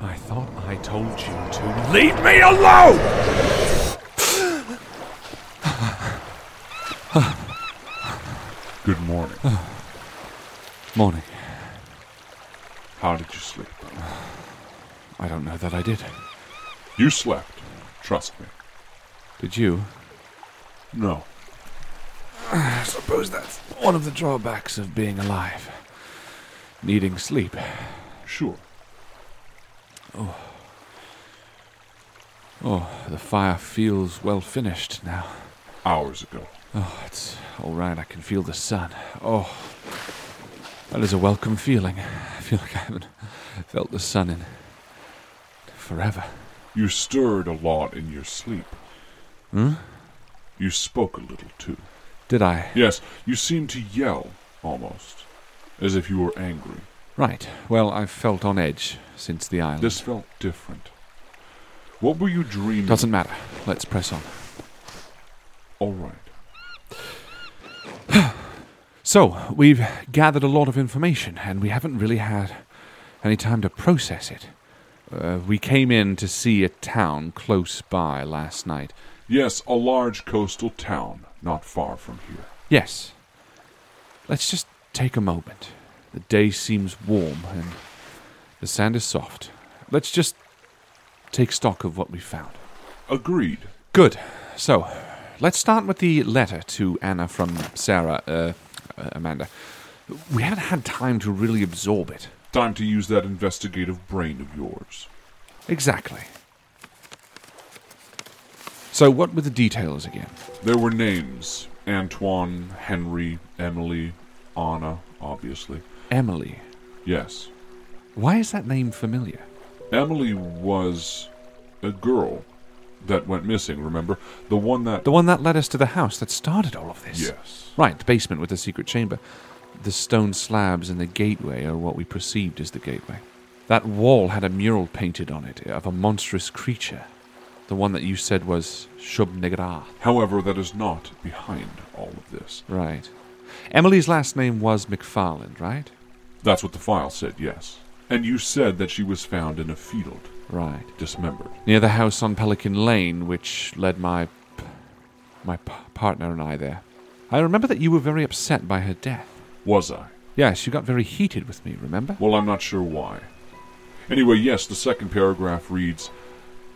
I thought I told you to leave me alone! Good morning. Morning. How did you sleep? I don't know that I did. You slept. Trust me. Did you? No. I suppose that's one of the drawbacks of being alive. Needing sleep. Sure. Oh, the fire feels well finished now. Hours ago. Oh, it's all right. I can feel the sun. Oh, that is a welcome feeling. I feel like I haven't felt the sun in forever. You stirred a lot in your sleep. Hmm? You spoke a little too. Did I? Yes, you seemed to yell, almost, as if you were angry. Right. Well, I've felt on edge since the island. This felt different. What were you dreaming? doesn't matter. Let's press on. All right. So, we've gathered a lot of information, and we haven't really had any time to process it. Uh, we came in to see a town close by last night. Yes, a large coastal town not far from here. Yes. Let's just take a moment. The day seems warm, and the sand is soft. Let's just take stock of what we found. Agreed. Good. So, let's start with the letter to Anna from Sarah, uh, uh, Amanda. We haven't had time to really absorb it. Time to use that investigative brain of yours. Exactly. So, what were the details again? There were names Antoine, Henry, Emily, Anna, obviously. Emily. Yes. Why is that name familiar? Emily was a girl that went missing, remember? The one that. The one that led us to the house that started all of this. Yes. Right, the basement with the secret chamber. The stone slabs and the gateway are what we perceived as the gateway. That wall had a mural painted on it of a monstrous creature. The one that you said was Shub Niggurath. However, that is not behind all of this. Right. Emily's last name was McFarland, right? That's what the file said, yes. And you said that she was found in a field, Right. dismembered. Near the house on Pelican Lane, which led my. p- my p- partner and I there. I remember that you were very upset by her death. Was I? Yes, you got very heated with me, remember? Well, I'm not sure why. Anyway, yes, the second paragraph reads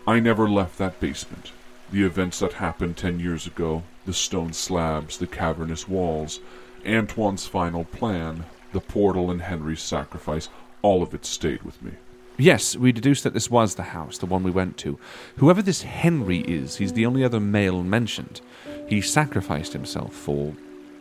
I never left that basement. The events that happened ten years ago the stone slabs, the cavernous walls, Antoine's final plan, the portal, and Henry's sacrifice all of it stayed with me. Yes, we deduced that this was the house, the one we went to. Whoever this Henry is, he's the only other male mentioned. He sacrificed himself for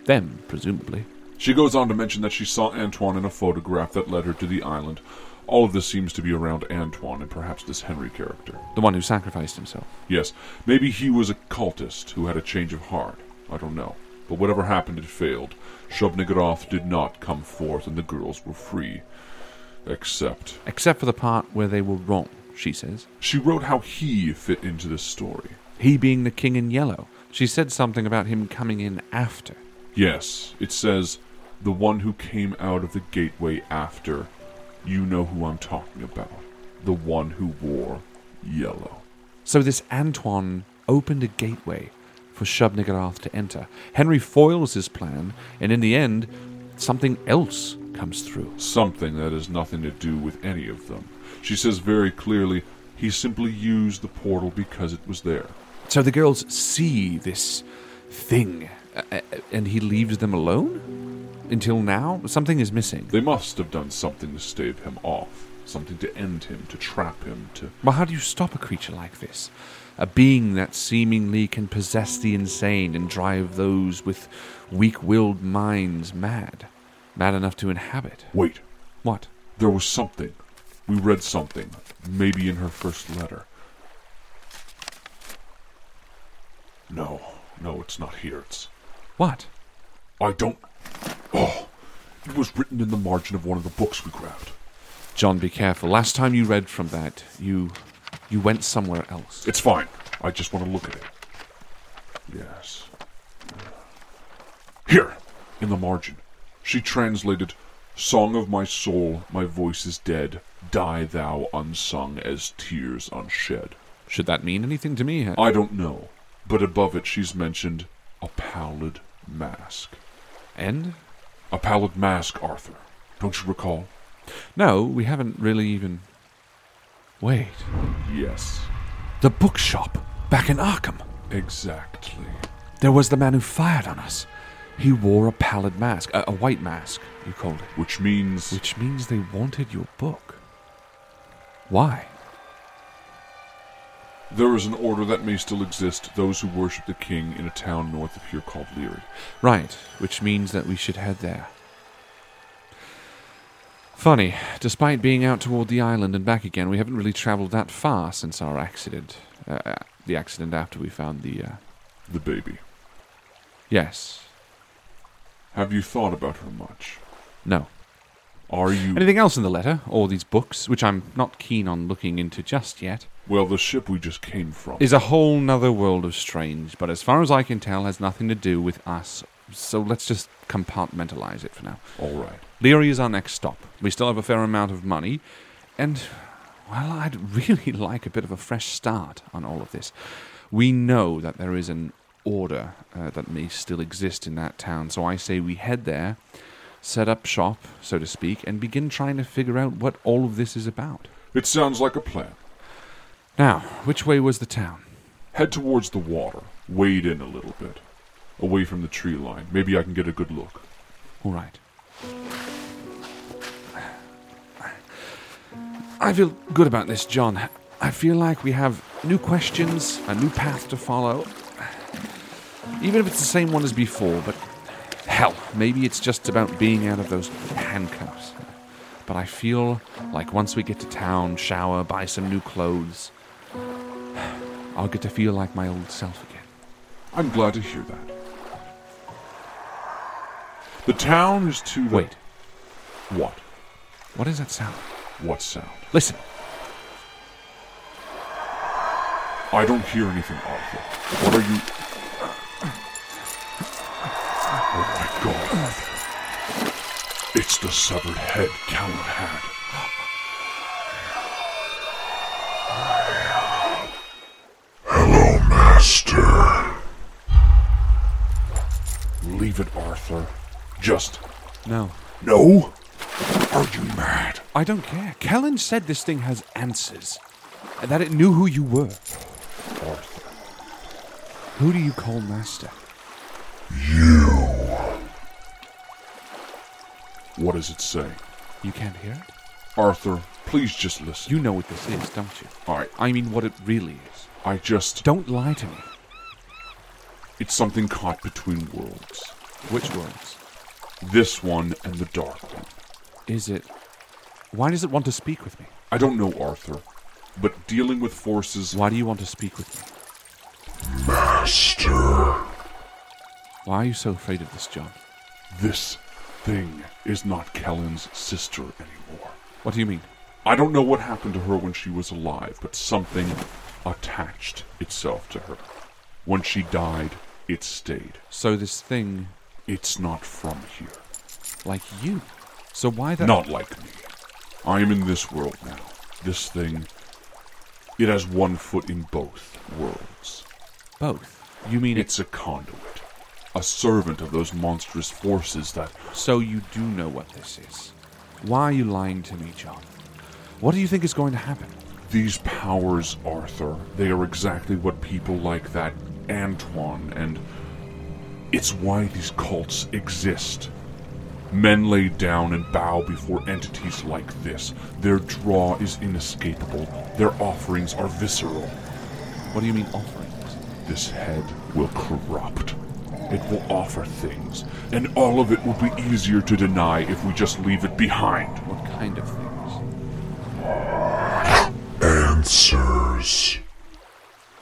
them, presumably. She goes on to mention that she saw Antoine in a photograph that led her to the island. All of this seems to be around Antoine and perhaps this Henry character. The one who sacrificed himself. Yes, maybe he was a cultist who had a change of heart. I don't know. But whatever happened, it failed. Shubnigaroth did not come forth, and the girls were free. Except, Except for the part where they were wrong, she says. she wrote how he fit into this story. He being the king in yellow. She said something about him coming in after. Yes, it says, the one who came out of the gateway after. You know who I'm talking about. The one who wore yellow. So this Antoine opened a gateway for Shub-Niggurath to enter. Henry foils his plan, and in the end, something else comes through. something that has nothing to do with any of them. She says very clearly, he simply used the portal because it was there. So the girls see this thing, uh, uh, and he leaves them alone? Until now? Something is missing. They must have done something to stave him off, something to end him, to trap him, to. But how do you stop a creature like this? A being that seemingly can possess the insane and drive those with weak willed minds mad. Mad enough to inhabit. Wait, What? there was something. We read something, maybe in her first letter. No, no, it's not here. It's. What? I don't. Oh, it was written in the margin of one of the books we grabbed. John, be careful. Last time you read from that, you. you went somewhere else. It's fine. I just want to look at it. Yes. Here, in the margin, she translated Song of my soul, my voice is dead. Die thou unsung as tears unshed. Should that mean anything to me? I don't know, but above it she's mentioned a pallid mask. And? A pallid mask, Arthur. Don't you recall? No, we haven't really even. Wait. Yes, The bookshop back in Arkham. exactly. There was the man who fired on us. He wore a pallid mask, a, a white mask, you called it, Which means. which means they wanted your book. Why? There is an order that may still exist, those who worship the king in a town north of here called Leary. Right, which means that we should head there. Funny, despite being out toward the island and back again, we haven't really traveled that far since our accident. Uh, uh, the accident after we found the. Uh, The baby. yes. Have you thought about her much? No. Are you. Anything else in the letter, or these books, which I'm not keen on looking into just yet? well, the ship we just came from. is a whole nother world of strange, but as far as I can tell, has nothing to do with us. So let's just compartmentalize it for now. All right. Leary is our next stop. We still have a fair amount of money, and, well, I'd really like a bit of a fresh start on all of this. We know that there is an order uh, that may still exist in that town, so I say we head there, set up shop, so to speak, and begin trying to figure out what all of this is about. It sounds like a plan. Now, which way was the town? Head towards the water. Wade in a little bit. Away from the tree line. Maybe I can get a good look. All right. I feel good about this, John. I feel like we have new questions, a new path to follow. Even if it's the same one as before, but hell, maybe it's just about being out of those handcuffs. But I feel like once we get to town, shower, buy some new clothes, I'll get to feel like my old self again. I'm glad to hear that. The town is to the. Wait, What? what is that sound? What sound? Listen. I don't hear anything, Arthur. What are you. Oh my god. Arthur. It's the severed head Callan had. Hello, Master. Leave it, Arthur. Just. No. No? Are you mad? I don't care. Kellen said this thing has answers. and That it knew who you were. Arthur. Who do you call master? What does it say? You can't hear it? Arthur, please just listen. You know what this is, don't you? I, I mean what it really is. I just. Don't lie to me. It's something caught between worlds. Which words? This one and the dark one. Is it. Why does it want to speak with me? I don't know, Arthur, but dealing with forces. Why do you want to speak with me? Master! Why are you so afraid of this, John? This thing is not Kellen's sister anymore. What do you mean? I don't know what happened to her when she was alive, but something attached itself to her. When she died, it stayed. So this thing, It's not from here. like you. So why that? Not like me. I am in this world now. This thing. It has one foot in both worlds. both. You mean It's a conduit. A servant of those monstrous forces that So you do know what this is. Why are you lying to me, John? What do you think is going to happen? These powers, Arthur, they are exactly what people like that Antoine and. It's why these cults exist. Men lay down and bow before entities like this. Their draw is inescapable, their offerings are visceral. What do you mean offerings? This head will corrupt. It will offer things, and all of it will be easier to deny if we just leave it behind. What kind of things? Answers,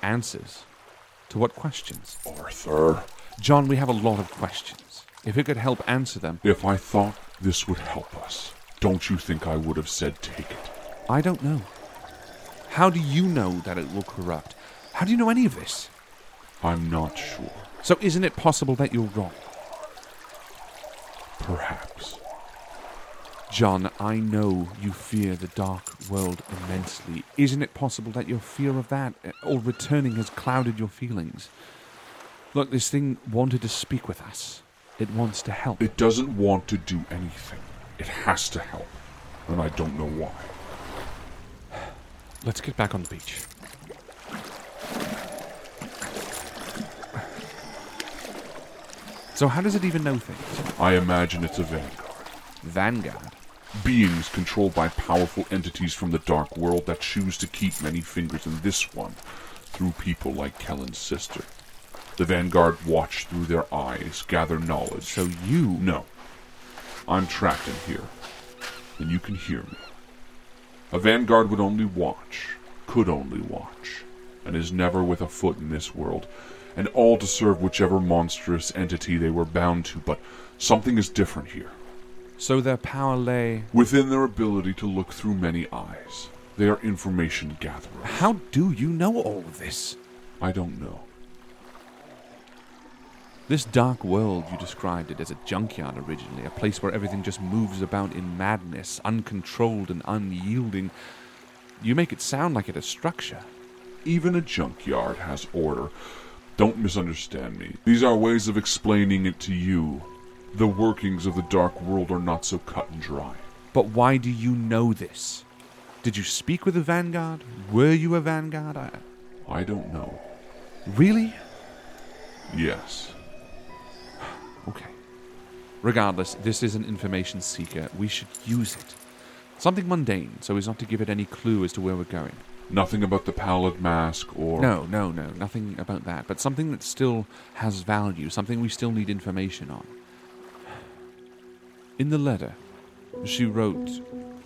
Answers. To what questions? Arthur. John, we have a lot of questions. If it could help answer them, If I thought this would help us, don't you think I would have said take it? I don't know. How do you know that it will corrupt? How do you know any of this? I'm not sure. So isn't it possible that you're wrong? Perhaps. John, I know you fear the dark world immensely. Isn't it possible that your fear of that uh, or returning has clouded your feelings? Look, this thing wanted to speak with us. It wants to help. It doesn't want to do anything. It has to help. And I don't know why. Let's get back on the beach. So, how does it even know things? I imagine it's a vanguard. Vanguard. Beings controlled by powerful entities from the dark world that choose to keep many fingers in this one through people like Kellen's sister. The vanguard watch through their eyes, gather knowledge. So, you. No. I'm trapped in here. And you can hear me. A vanguard would only watch, could only watch, and is never with a foot in this world, and all to serve whichever monstrous entity they were bound to, but something is different here. So, their power lay. Within their ability to look through many eyes, they are information gatherers. How do you know all of this? I don't know. This dark world, you described it as a junkyard originally, a place where everything just moves about in madness, uncontrolled and unyielding. You make it sound like it a structure. Even a junkyard has order. Don't misunderstand me. These are ways of explaining it to you. The workings of the dark world are not so cut and dry. But why do you know this? Did you speak with a vanguard? Were you a vanguard? I, I don't know. really? Yes. Okay. Regardless, this is an information seeker. We should use it. Something mundane, so as not to give it any clue as to where we're going. Nothing about the pallid mask or. No, no, no, nothing about that. But something that still has value, something we still need information on. In the letter, she wrote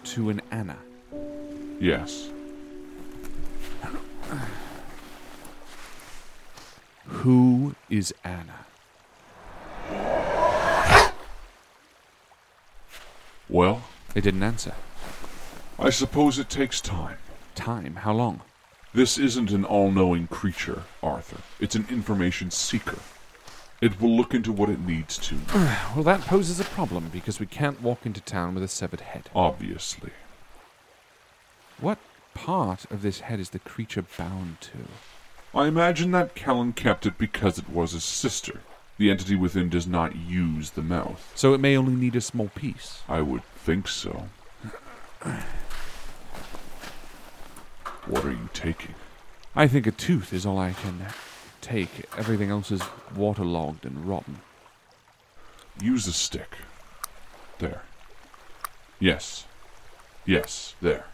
to an Anna. Yes. Who is Anna? Well, It didn't answer. I suppose it takes time. Time, how long? This isn't an all knowing creature, Arthur. It's an information seeker. It will look into what it needs to, Well, that poses a problem because we can't walk into town with a severed head. obviously. What part of this head is the creature bound to? I imagine that Callan kept it because it was his sister. The entity within does not use the mouth. So it may only need a small piece. I would think so. What are you taking? I think a tooth is all I can take. Everything else is waterlogged and rotten. Use a stick. There. Yes. Yes, there.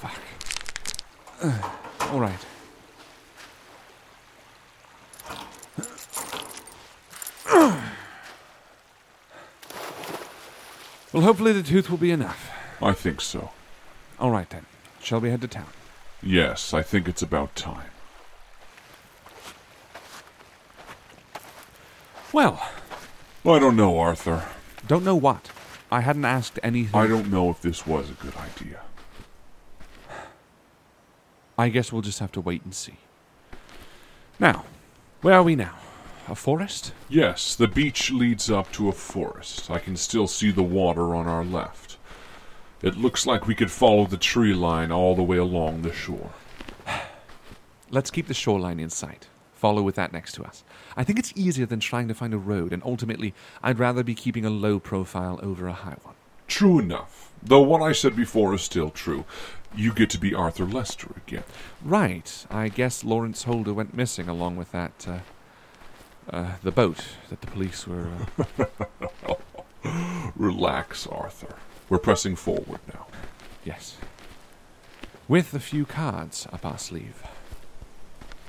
Fuck. Uh, all right. Well, hopefully the tooth will be enough. I think so. All right then. Shall we head to town? Yes, I think it's about time. Well, I don't know, Arthur. don't know what. I hadn't asked anything. I don't know if this was a good idea. I guess we'll just have to wait and see. Now, where are we now? A forest? Yes, the beach leads up to a forest. I can still see the water on our left. It looks like we could follow the tree line all the way along the shore. Let's keep the shoreline in sight. Follow with that next to us. I think it's easier than trying to find a road, and ultimately, I'd rather be keeping a low profile over a high one. True enough, though what I said before is still true. You get to be Arthur Lester again. Right, I guess Lawrence Holder went missing along with that, uh, uh, the boat that the police were. Uh, Relax, Arthur. We're pressing forward now. yes. With a few cards up our sleeve.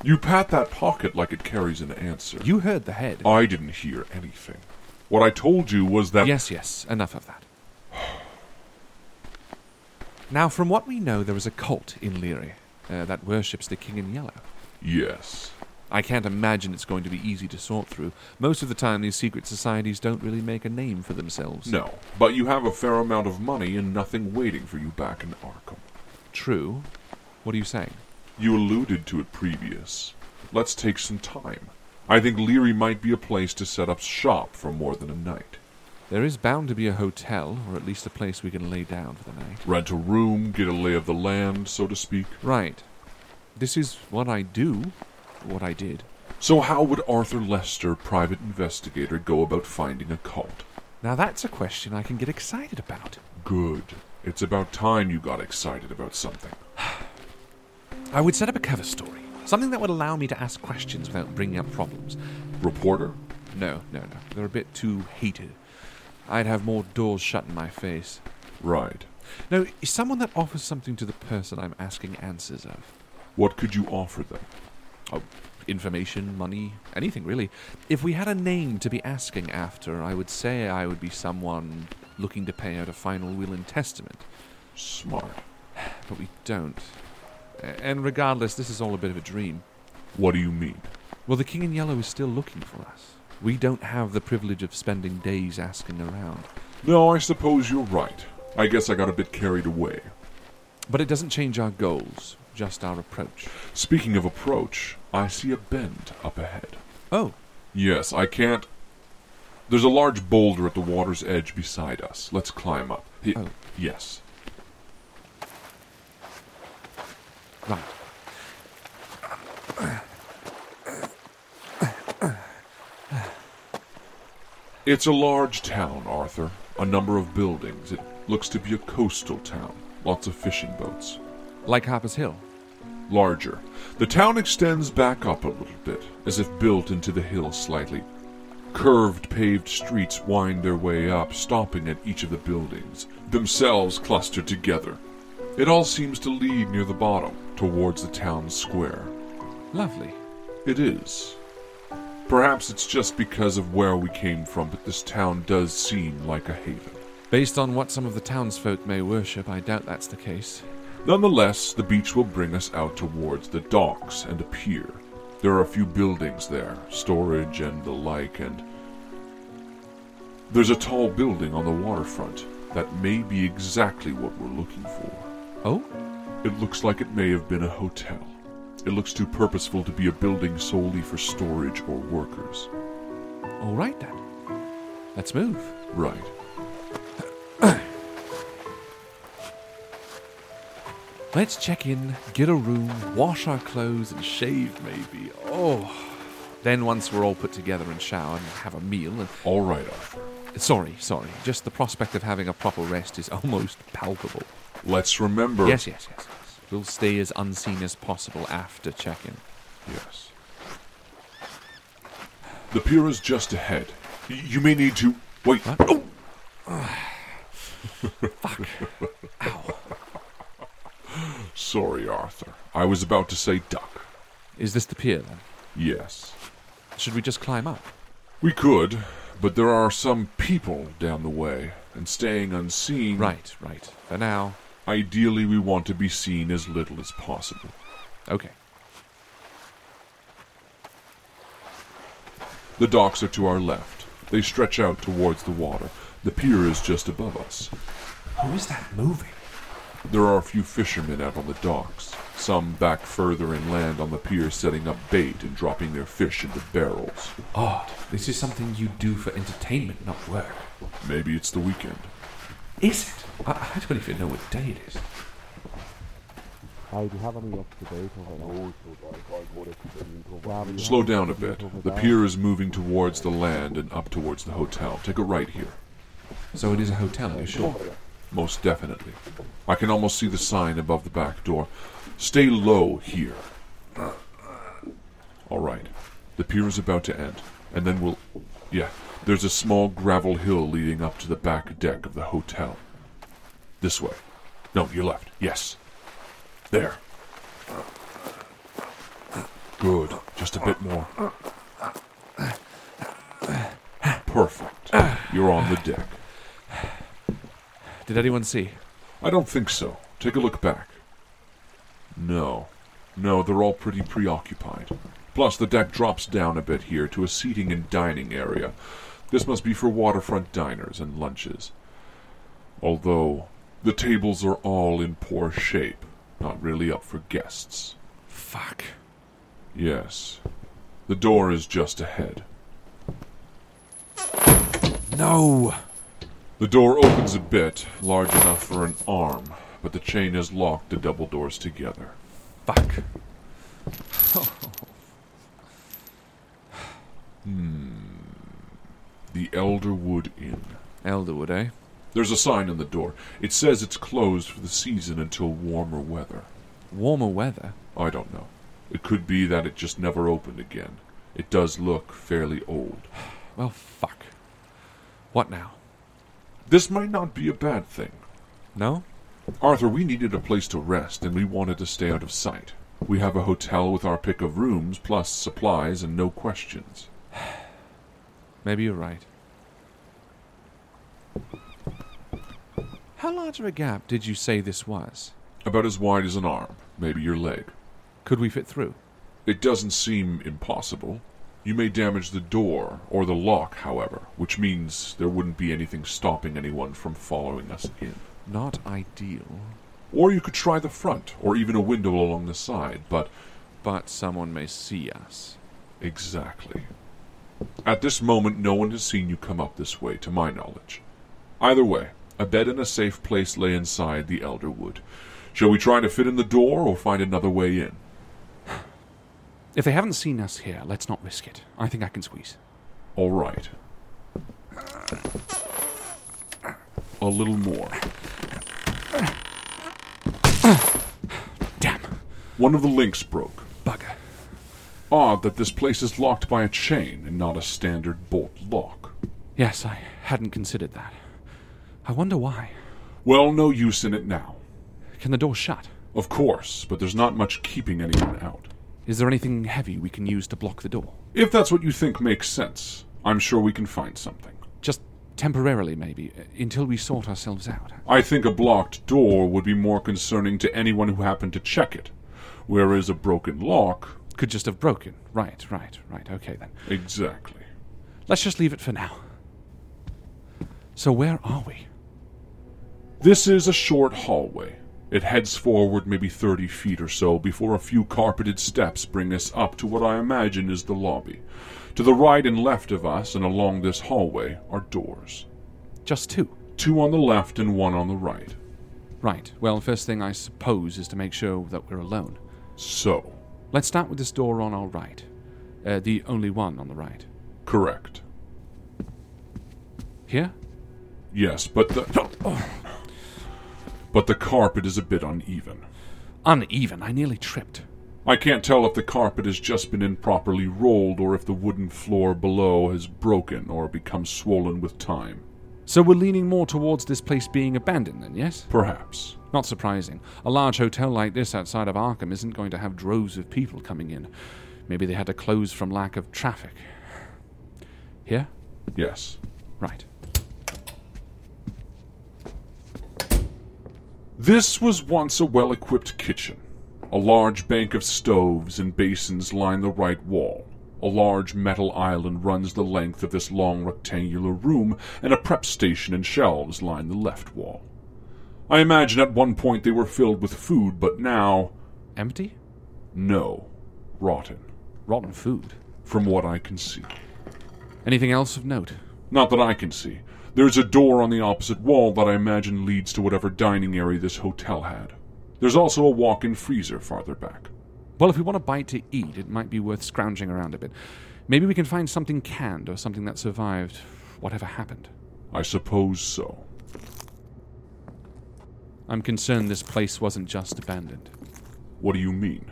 You pat that pocket like it carries an answer. You heard the head. I didn't hear anything. What I told you was that. Yes, yes, enough of that. Now, from what we know, there is a cult in Leary uh, that worships the King in Yellow. Yes. I can't imagine it's going to be easy to sort through. Most of the time, these secret societies don't really make a name for themselves. No, but you have a fair amount of money and nothing waiting for you back in Arkham. True. What are you saying? You alluded to it previous. Let's take some time. I think Leary might be a place to set up shop for more than a night. There is bound to be a hotel, or at least a place we can lay down for the night. Rent a room, get a lay of the land, so to speak. Right. This is what I do. What I did. So, how would Arthur Lester, private investigator, go about finding a cult? Now, that's a question I can get excited about. Good. It's about time you got excited about something. I would set up a cover story, something that would allow me to ask questions without bringing up problems. Reporter? No, no, no. They're a bit too heated. I'd have more doors shut in my face. Right. No, is someone that offers something to the person I'm asking answers of. What could you offer them? Oh, information, money, anything really. If we had a name to be asking after, I would say I would be someone looking to pay out a final will and testament. Smart. But we don't. A- And regardless, this is all a bit of a dream. What do you mean? Well, the King in Yellow is still looking for us. We don't have the privilege of spending days asking around. No, I suppose you're right. I guess I got a bit carried away. But it doesn't change our goals, just our approach. Speaking of approach, I see a bend up ahead. Oh, Yes, I can't. There's a large boulder at the water's edge beside us. Let's climb up. He- Oh. Yes. Right. It's a large town, Arthur. A number of buildings. It looks to be a coastal town. Lots of fishing boats. Like Harper's Hill. Larger. The town extends back up a little bit, as if built into the hill slightly. Curved paved streets wind their way up, stopping at each of the buildings, themselves clustered together. It all seems to lead near the bottom, towards the town square. Lovely. It is. Perhaps it's just because of where we came from, but this town does seem like a haven. Based on what some of the townsfolk may worship, I doubt that's the case. Nonetheless, the beach will bring us out towards the docks and a pier. There are a few buildings there, storage and the like, and there's a tall building on the waterfront that may be exactly what we're looking for. Oh? It looks like it may have been a hotel. It looks too purposeful to be a building solely for storage or workers. All right then. Let's move. Right. Let's check in, get a room, wash our clothes, and shave maybe. Oh. Then once we're all put together and shower and have a meal and All right, Arthur. Sorry, sorry. Just the prospect of having a proper rest is almost palpable. Let's remember. Yes, yes, yes, yes. We'll stay as unseen as possible after check in. Yes. The pier is just ahead. Y- You may need to. Wait. Oh! Sorry, Arthur. I was about to say duck. Is this the pier then? Yes. Should we just climb up? We could, but there are some people down the way, and staying unseen. Right, right. For now. Ideally, we want to be seen as little as possible. Okay. The docks are to our left. They stretch out towards the water. The pier is just above us. Who is that moving? There are a few fishermen out on the docks, some back further inland on the pier setting up bait and dropping their fish into barrels. Odd. This is something you do for entertainment, not work. Maybe it's the weekend. Is it? I, I don't even know what day it is. Hi, do you have any up to date of it? No, Slow down a bit. The pier is moving towards the land and up towards the hotel. Take a right here. So it is a hotel, are you sure? Most definitely. I can almost see the sign above the back door. Stay low here. All right. The pier is about to end, and then we'll. Yeah, there's a small gravel hill leading up to the back deck of the hotel. This way. No, your left. Yes. There. Good. Just a bit more. Perfect. You're on the deck. Did anyone see? I don't think so. Take a look back. No. No, they're all pretty preoccupied. Plus, the deck drops down a bit here to a seating and dining area. This must be for waterfront diners and lunches. Although, the tables are all in poor shape, not really up for guests. Fuck. Yes. The door is just ahead. No! The door opens a bit, large enough for an arm, but the chain has locked the double doors together. Fuck. Hmm. The Elderwood Inn. Elderwood, eh? There's a sign on the door. It says it's closed for the season until warmer weather. Warmer weather? I don't know. It could be that it just never opened again. It does look fairly old. Well, fuck. What now? This might not be a bad thing. No? Arthur, we needed a place to rest and we wanted to stay out of sight. We have a hotel with our pick of rooms, plus supplies and no questions. Maybe you're right. How large of a gap did you say this was? About as wide as an arm, maybe your leg. Could we fit through? It doesn't seem impossible. You may damage the door or the lock, however, which means there wouldn't be anything stopping anyone from following us in. Not ideal, Or you could try the front, or even a window along the side, but but someone may see us. exactly. At this moment, no one has seen you come up this way, to my knowledge. Either way, a bed and a safe place lay inside the elder wood. Shall we try to fit in the door or find another way in? If they haven't seen us here, let's not risk it. I think I can squeeze. All right. A little more. Damn. One of the links broke. Bugger. Odd that this place is locked by a chain and not a standard bolt lock. Yes, I hadn't considered that. I wonder why. Well, no use in it now. Can the door shut? Of course, but there's not much keeping anyone out. Is there anything heavy we can use to block the door? If that's what you think makes sense, I'm sure we can find something. Just temporarily, maybe, uh, until we sort ourselves out. I think a blocked door would be more concerning to anyone who happened to check it, whereas a broken lock. Could just have broken. Right, right, right. Okay then. Exactly. Let's just leave it for now. So, where are we? This is a short hallway. It heads forward maybe 30 feet or so before a few carpeted steps bring us up to what I imagine is the lobby. To the right and left of us and along this hallway are doors. Just two. Two on the left and one on the right. Right. Well, first thing I suppose is to make sure that we're alone. So, Let's start with this door on our right. Uh, the only one on the right. correct. Here? Yes, but the. But the carpet is a bit uneven. Uneven. I nearly tripped. I can't tell if the carpet has just been improperly rolled or if the wooden floor below has broken or become swollen with time. So we're leaning more towards this place being abandoned then, yes? Perhaps. Not surprising. A large hotel like this outside of Arkham isn't going to have droves of people coming in. Maybe they had to close from lack of traffic. Here? Yes. Right. This was once a well equipped kitchen. A large bank of stoves and basins line the right wall. A large metal island runs the length of this long rectangular room, and a prep station and shelves line the left wall. I imagine at one point they were filled with food, but now, Empty? no, rotten, Rotten food. from what I can see. Anything else of note? Not that I can see. There's a door on the opposite wall that I imagine leads to whatever dining area this hotel had. There's also a walk in freezer farther back. Well, if we want a bite to eat, it might be worth scrounging around a bit. Maybe we can find something canned or something that survived whatever happened. I suppose so. I'm concerned this place wasn't just abandoned. What do you mean?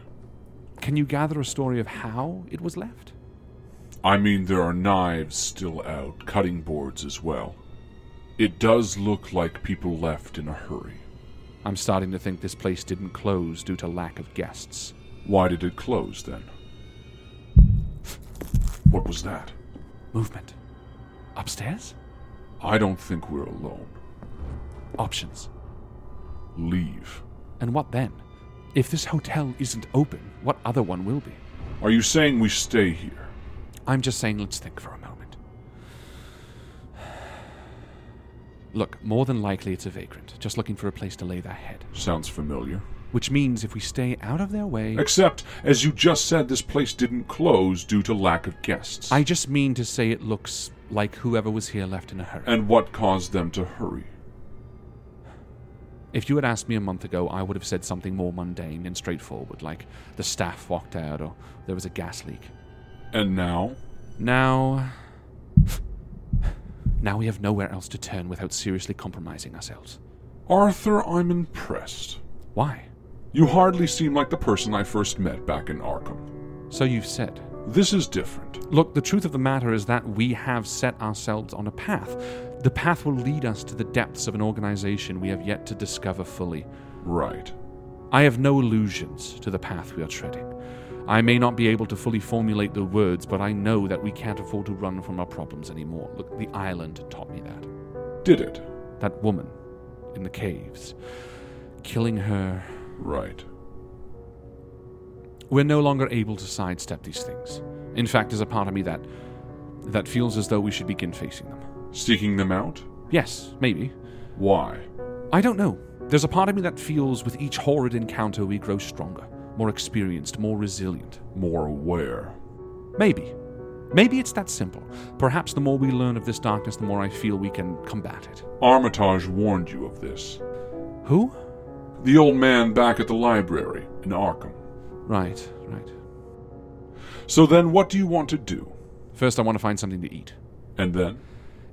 Can you gather a story of how it was left? I mean, there are knives still out, cutting boards as well. It does look like people left in a hurry. I'm starting to think this place didn't close due to lack of guests. Why did it close then? What was that? Movement. Upstairs? I don't think we're alone. Options. Leave. And what then? If this hotel isn't open, what other one will be? Are you saying we stay here? I'm just saying, let's think for a moment. Look, more than likely it's a vagrant, just looking for a place to lay their head. Sounds familiar. Which means if we stay out of their way. Except, as you just said, this place didn't close due to lack of guests. I just mean to say it looks like whoever was here left in a hurry. and what caused them to hurry? If you had asked me a month ago, I would have said something more mundane and straightforward, like the staff walked out or there was a gas leak. And now? Now. Now we have nowhere else to turn without seriously compromising ourselves. Arthur, I'm impressed. Why? You hardly seem like the person I first met back in Arkham. So you've said. This is different. Look, the truth of the matter is that we have set ourselves on a path. The path will lead us to the depths of an organization we have yet to discover fully. Right. I have no illusions to the path we are treading. I may not be able to fully formulate the words, but I know that we can't afford to run from our problems anymore. Look, the island taught me that. Did it? That woman in the caves, killing her. Right. We're no longer able to sidestep these things. In fact, there's a part of me that that feels as though we should begin facing them. Seeking them out? Yes, maybe. Why? I don't know. There's a part of me that feels with each horrid encounter we grow stronger, more experienced, more resilient. More aware. Maybe. Maybe it's that simple. Perhaps the more we learn of this darkness, the more I feel we can combat it. Armitage warned you of this. Who? The old man back at the library in Arkham. Right, right. So then, what do you want to do? First, I want to find something to eat. And then?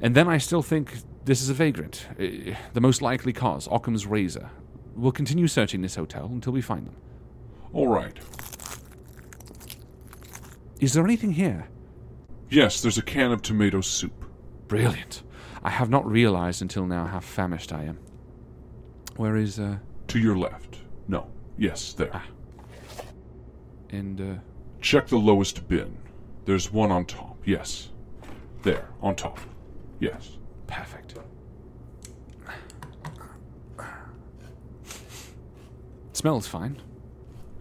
And then I still think this is a vagrant. Eh, The most likely cause, Occam's razor. We'll continue searching this hotel until we find them. All right. Is there anything here? Yes, there's a can of tomato soup. Brilliant. I have not realized until now how famished I am. Where is, uh, To your left. No. Yes, there. and, uh, Check the lowest bin. There's one on top. Yes. There, on top. Yes. Perfect. Smells fine.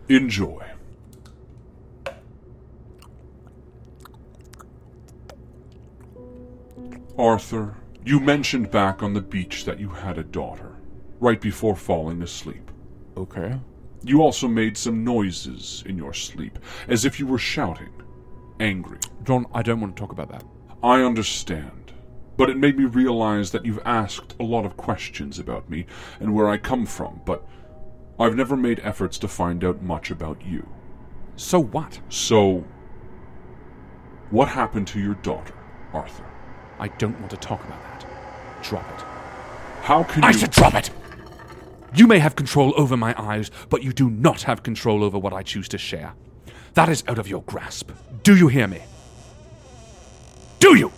Enjoy. Arthur, you mentioned back on the beach that you had a daughter, right before falling asleep. Okay. You also made some noises in your sleep, as if you were shouting, angry. John, I don't want to talk about that. I understand, but it made me realize that you've asked a lot of questions about me and where I come from, but I've never made efforts to find out much about you. So what? So, what happened to your daughter, Arthur? I don't want to talk about that. Drop it. How can I you. should drop it! You may have control over my eyes, but you do not have control over what I choose to share. That is out of your grasp. Do you hear me? Do you?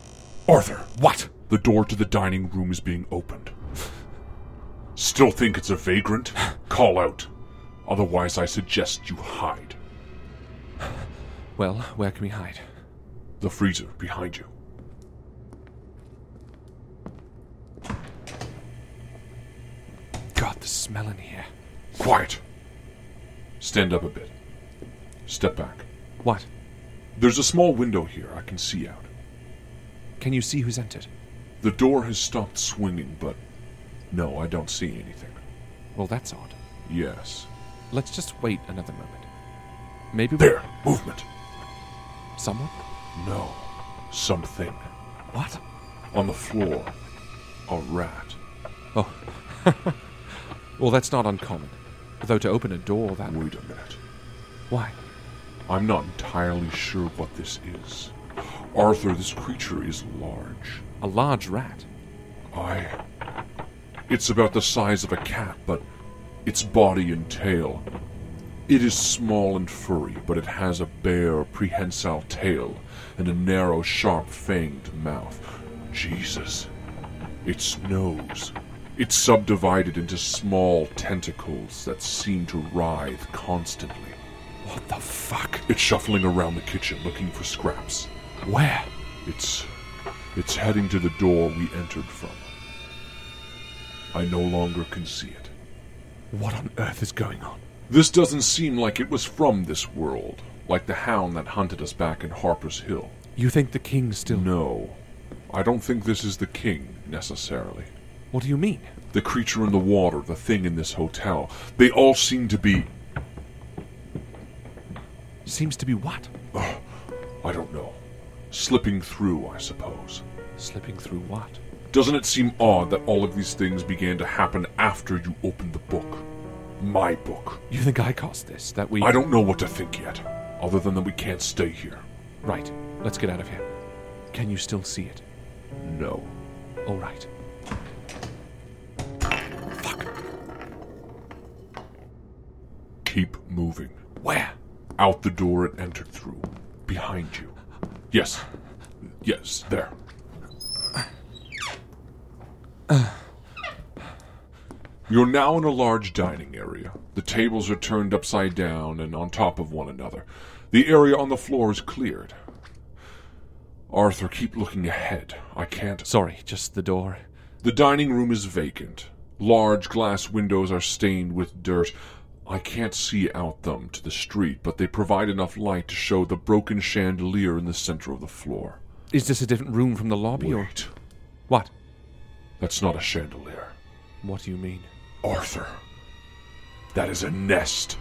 Arthur! What? The door to the dining room is being opened. Still think it's a vagrant? Call out. Otherwise, I suggest you hide. Well, where can we hide? The freezer behind you. God, the smell in here. Quiet! Stand up a bit. Step back. What? There's a small window here I can see out. Can you see who's entered? The door has stopped swinging, but no, I don't see anything. Well, that's odd. Yes. Let's just wait another moment. Maybe we- There! Movement! Someone? No. Something. What? On the floor. A rat. Oh. well, that's not uncommon. Though to open a door that. Wait a minute. Why? I'm not entirely sure what this is. Arthur, this creature is large. A large rat. I. It's about the size of a cat, but its body and tail. It is small and furry, but it has a bare, prehensile tail and a narrow, sharp fanged mouth. Jesus. Its nose. It's subdivided into small tentacles that seem to writhe constantly. What the fuck? It's shuffling around the kitchen looking for scraps. Where? It's it's heading to the door we entered from. I no longer can see it. What on earth is going on? This doesn't seem like it was from this world, like the hound that hunted us back in Harper's Hill. You think the king's still. No. I don't think this is the king necessarily. What do you mean? The creature in the water, the thing in this hotel, they all seem to be Seems to be what? I don't know. Slipping through, I suppose. Slipping through what? Doesn't it seem odd that all of these things began to happen after you opened the book? My book. You think I caused this? That we. I don't know what to think yet, other than that we can't stay here. Right. Let's get out of here. Can you still see it? No. All right. Keep moving. Where? Out the door it entered through. Behind you. Yes. Yes, there. You're now in a large dining area. The tables are turned upside down and on top of one another. The area on the floor is cleared. Arthur, keep looking ahead. I can't Sorry, just the door. The dining room is vacant. Large glass windows are stained with dirt. I can't see out them to the street, but they provide enough light to show the broken chandelier in the center of the floor. Is this a different room from the lobby or. Wait, What? that's not a chandelier. What do you mean? Arthur, that is a nest.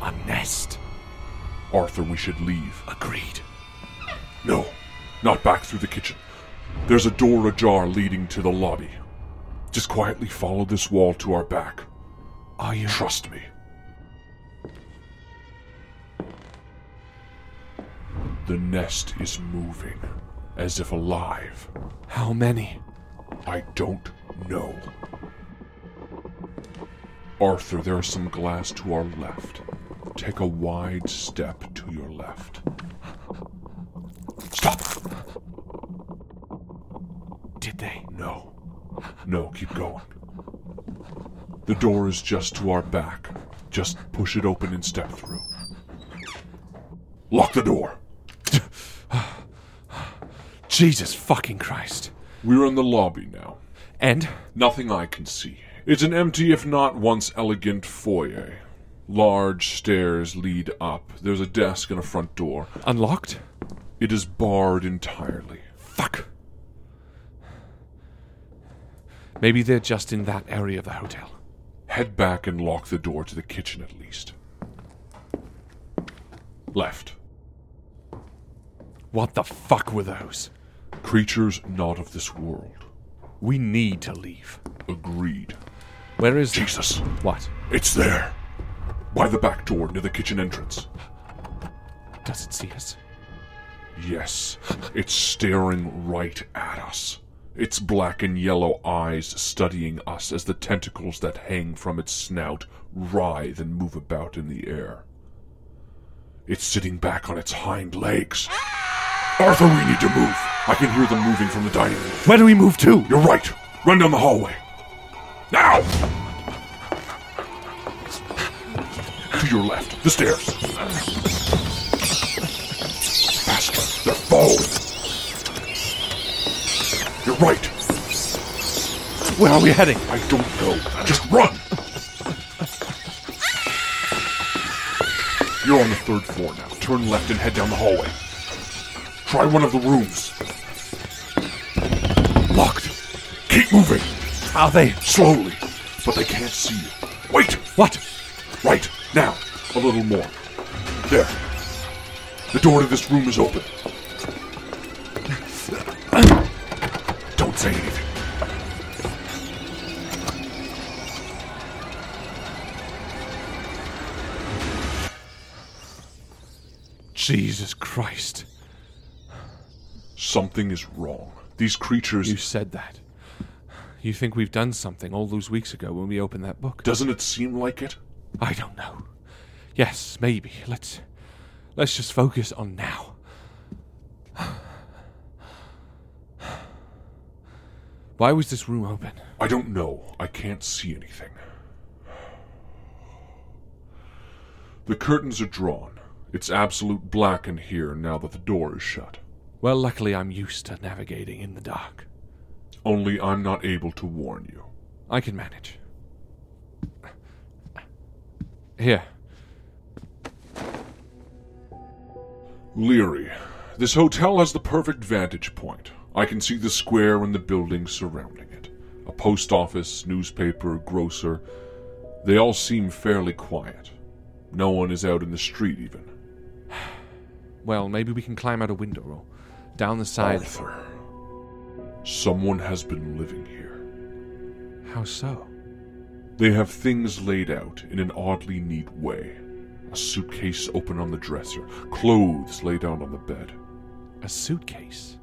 A nest. Arthur, we should leave. Agreed. No, not back through the kitchen. There's a door ajar leading to the lobby. Just quietly follow this wall to our back. Are you. Trust me. The nest is moving, as if alive. How many? I don't know. Arthur, there is some glass to our left. Take a wide step to your left. Stop! Did they? No. No, keep going. The door is just to our back. Just push it open and step through. Lock the door. Jesus fucking Christ. We're in the lobby now. And? Nothing I can see. It's an empty, if not once elegant, foyer. Large stairs lead up. There's a desk and a front door. Unlocked? It is barred entirely. Fuck. Maybe they're just in that area of the hotel. Head back and lock the door to the kitchen at least. Left. What the fuck were those? Creatures not of this world. We need to leave. Agreed. Where is the- Jesus. What? It's there. By the back door near the kitchen entrance. Does it see us? Yes, it's staring right at us. Its black and yellow eyes studying us as the tentacles that hang from its snout writhe and move about in the air. It's sitting back on its hind legs. Arthur, we need to move. I can hear them moving from the dining room. Where do we move to? You're right. Run down the hallway. Now! To your left, the stairs. Faster, they're following. You're right. Where are we heading? I don't know. Just run! You're on the third floor now. Turn left and head down the hallway. Try one of the rooms. Locked. Keep moving. Are they? Slowly. But they can't see you. Wait! What? Right, now. A little more. There. The door to this room is open. Don't say anything. Jesus Christ. Something is wrong. These creatures. You said that. You think we've done something all those weeks ago when we opened that book? Doesn't it seem like it? I don't know. Yes, maybe. Let's let's just focus on now. Why was this room open? I don't know. I can't see anything. The curtains are drawn. It's absolute black in here now that the door is shut. Well, luckily I'm used to navigating in the dark. Only I'm not able to warn you. I can manage. Here. Leary, this hotel has the perfect vantage point. I can see the square and the buildings surrounding it. A post office, newspaper, grocer. They all seem fairly quiet. No one is out in the street, even. Well, maybe we can climb out a window or down the side. Arthur. Someone has been living here. How so? They have things laid out in an oddly neat way a suitcase open on the dresser, clothes laid out on the bed. A suitcase?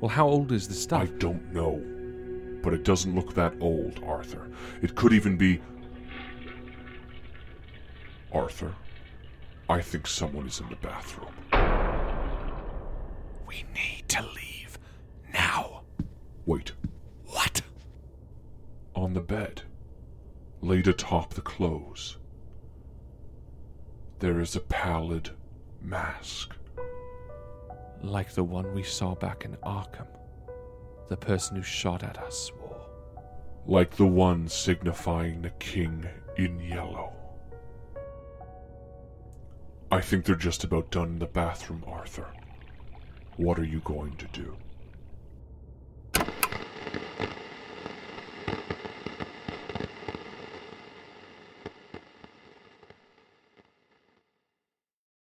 Well, how old is the I stuff? don't know. But it doesn't look that old, Arthur. It could even be. Arthur, I think someone is in the bathroom. We need to leave now. Wait. What? On the bed, laid atop the clothes, there is a pallid mask. Like the one we saw back in Arkham. The person who shot at us swore. like the one signifying the king in yellow. I think they're just about done in the bathroom, Arthur. What are you going to do?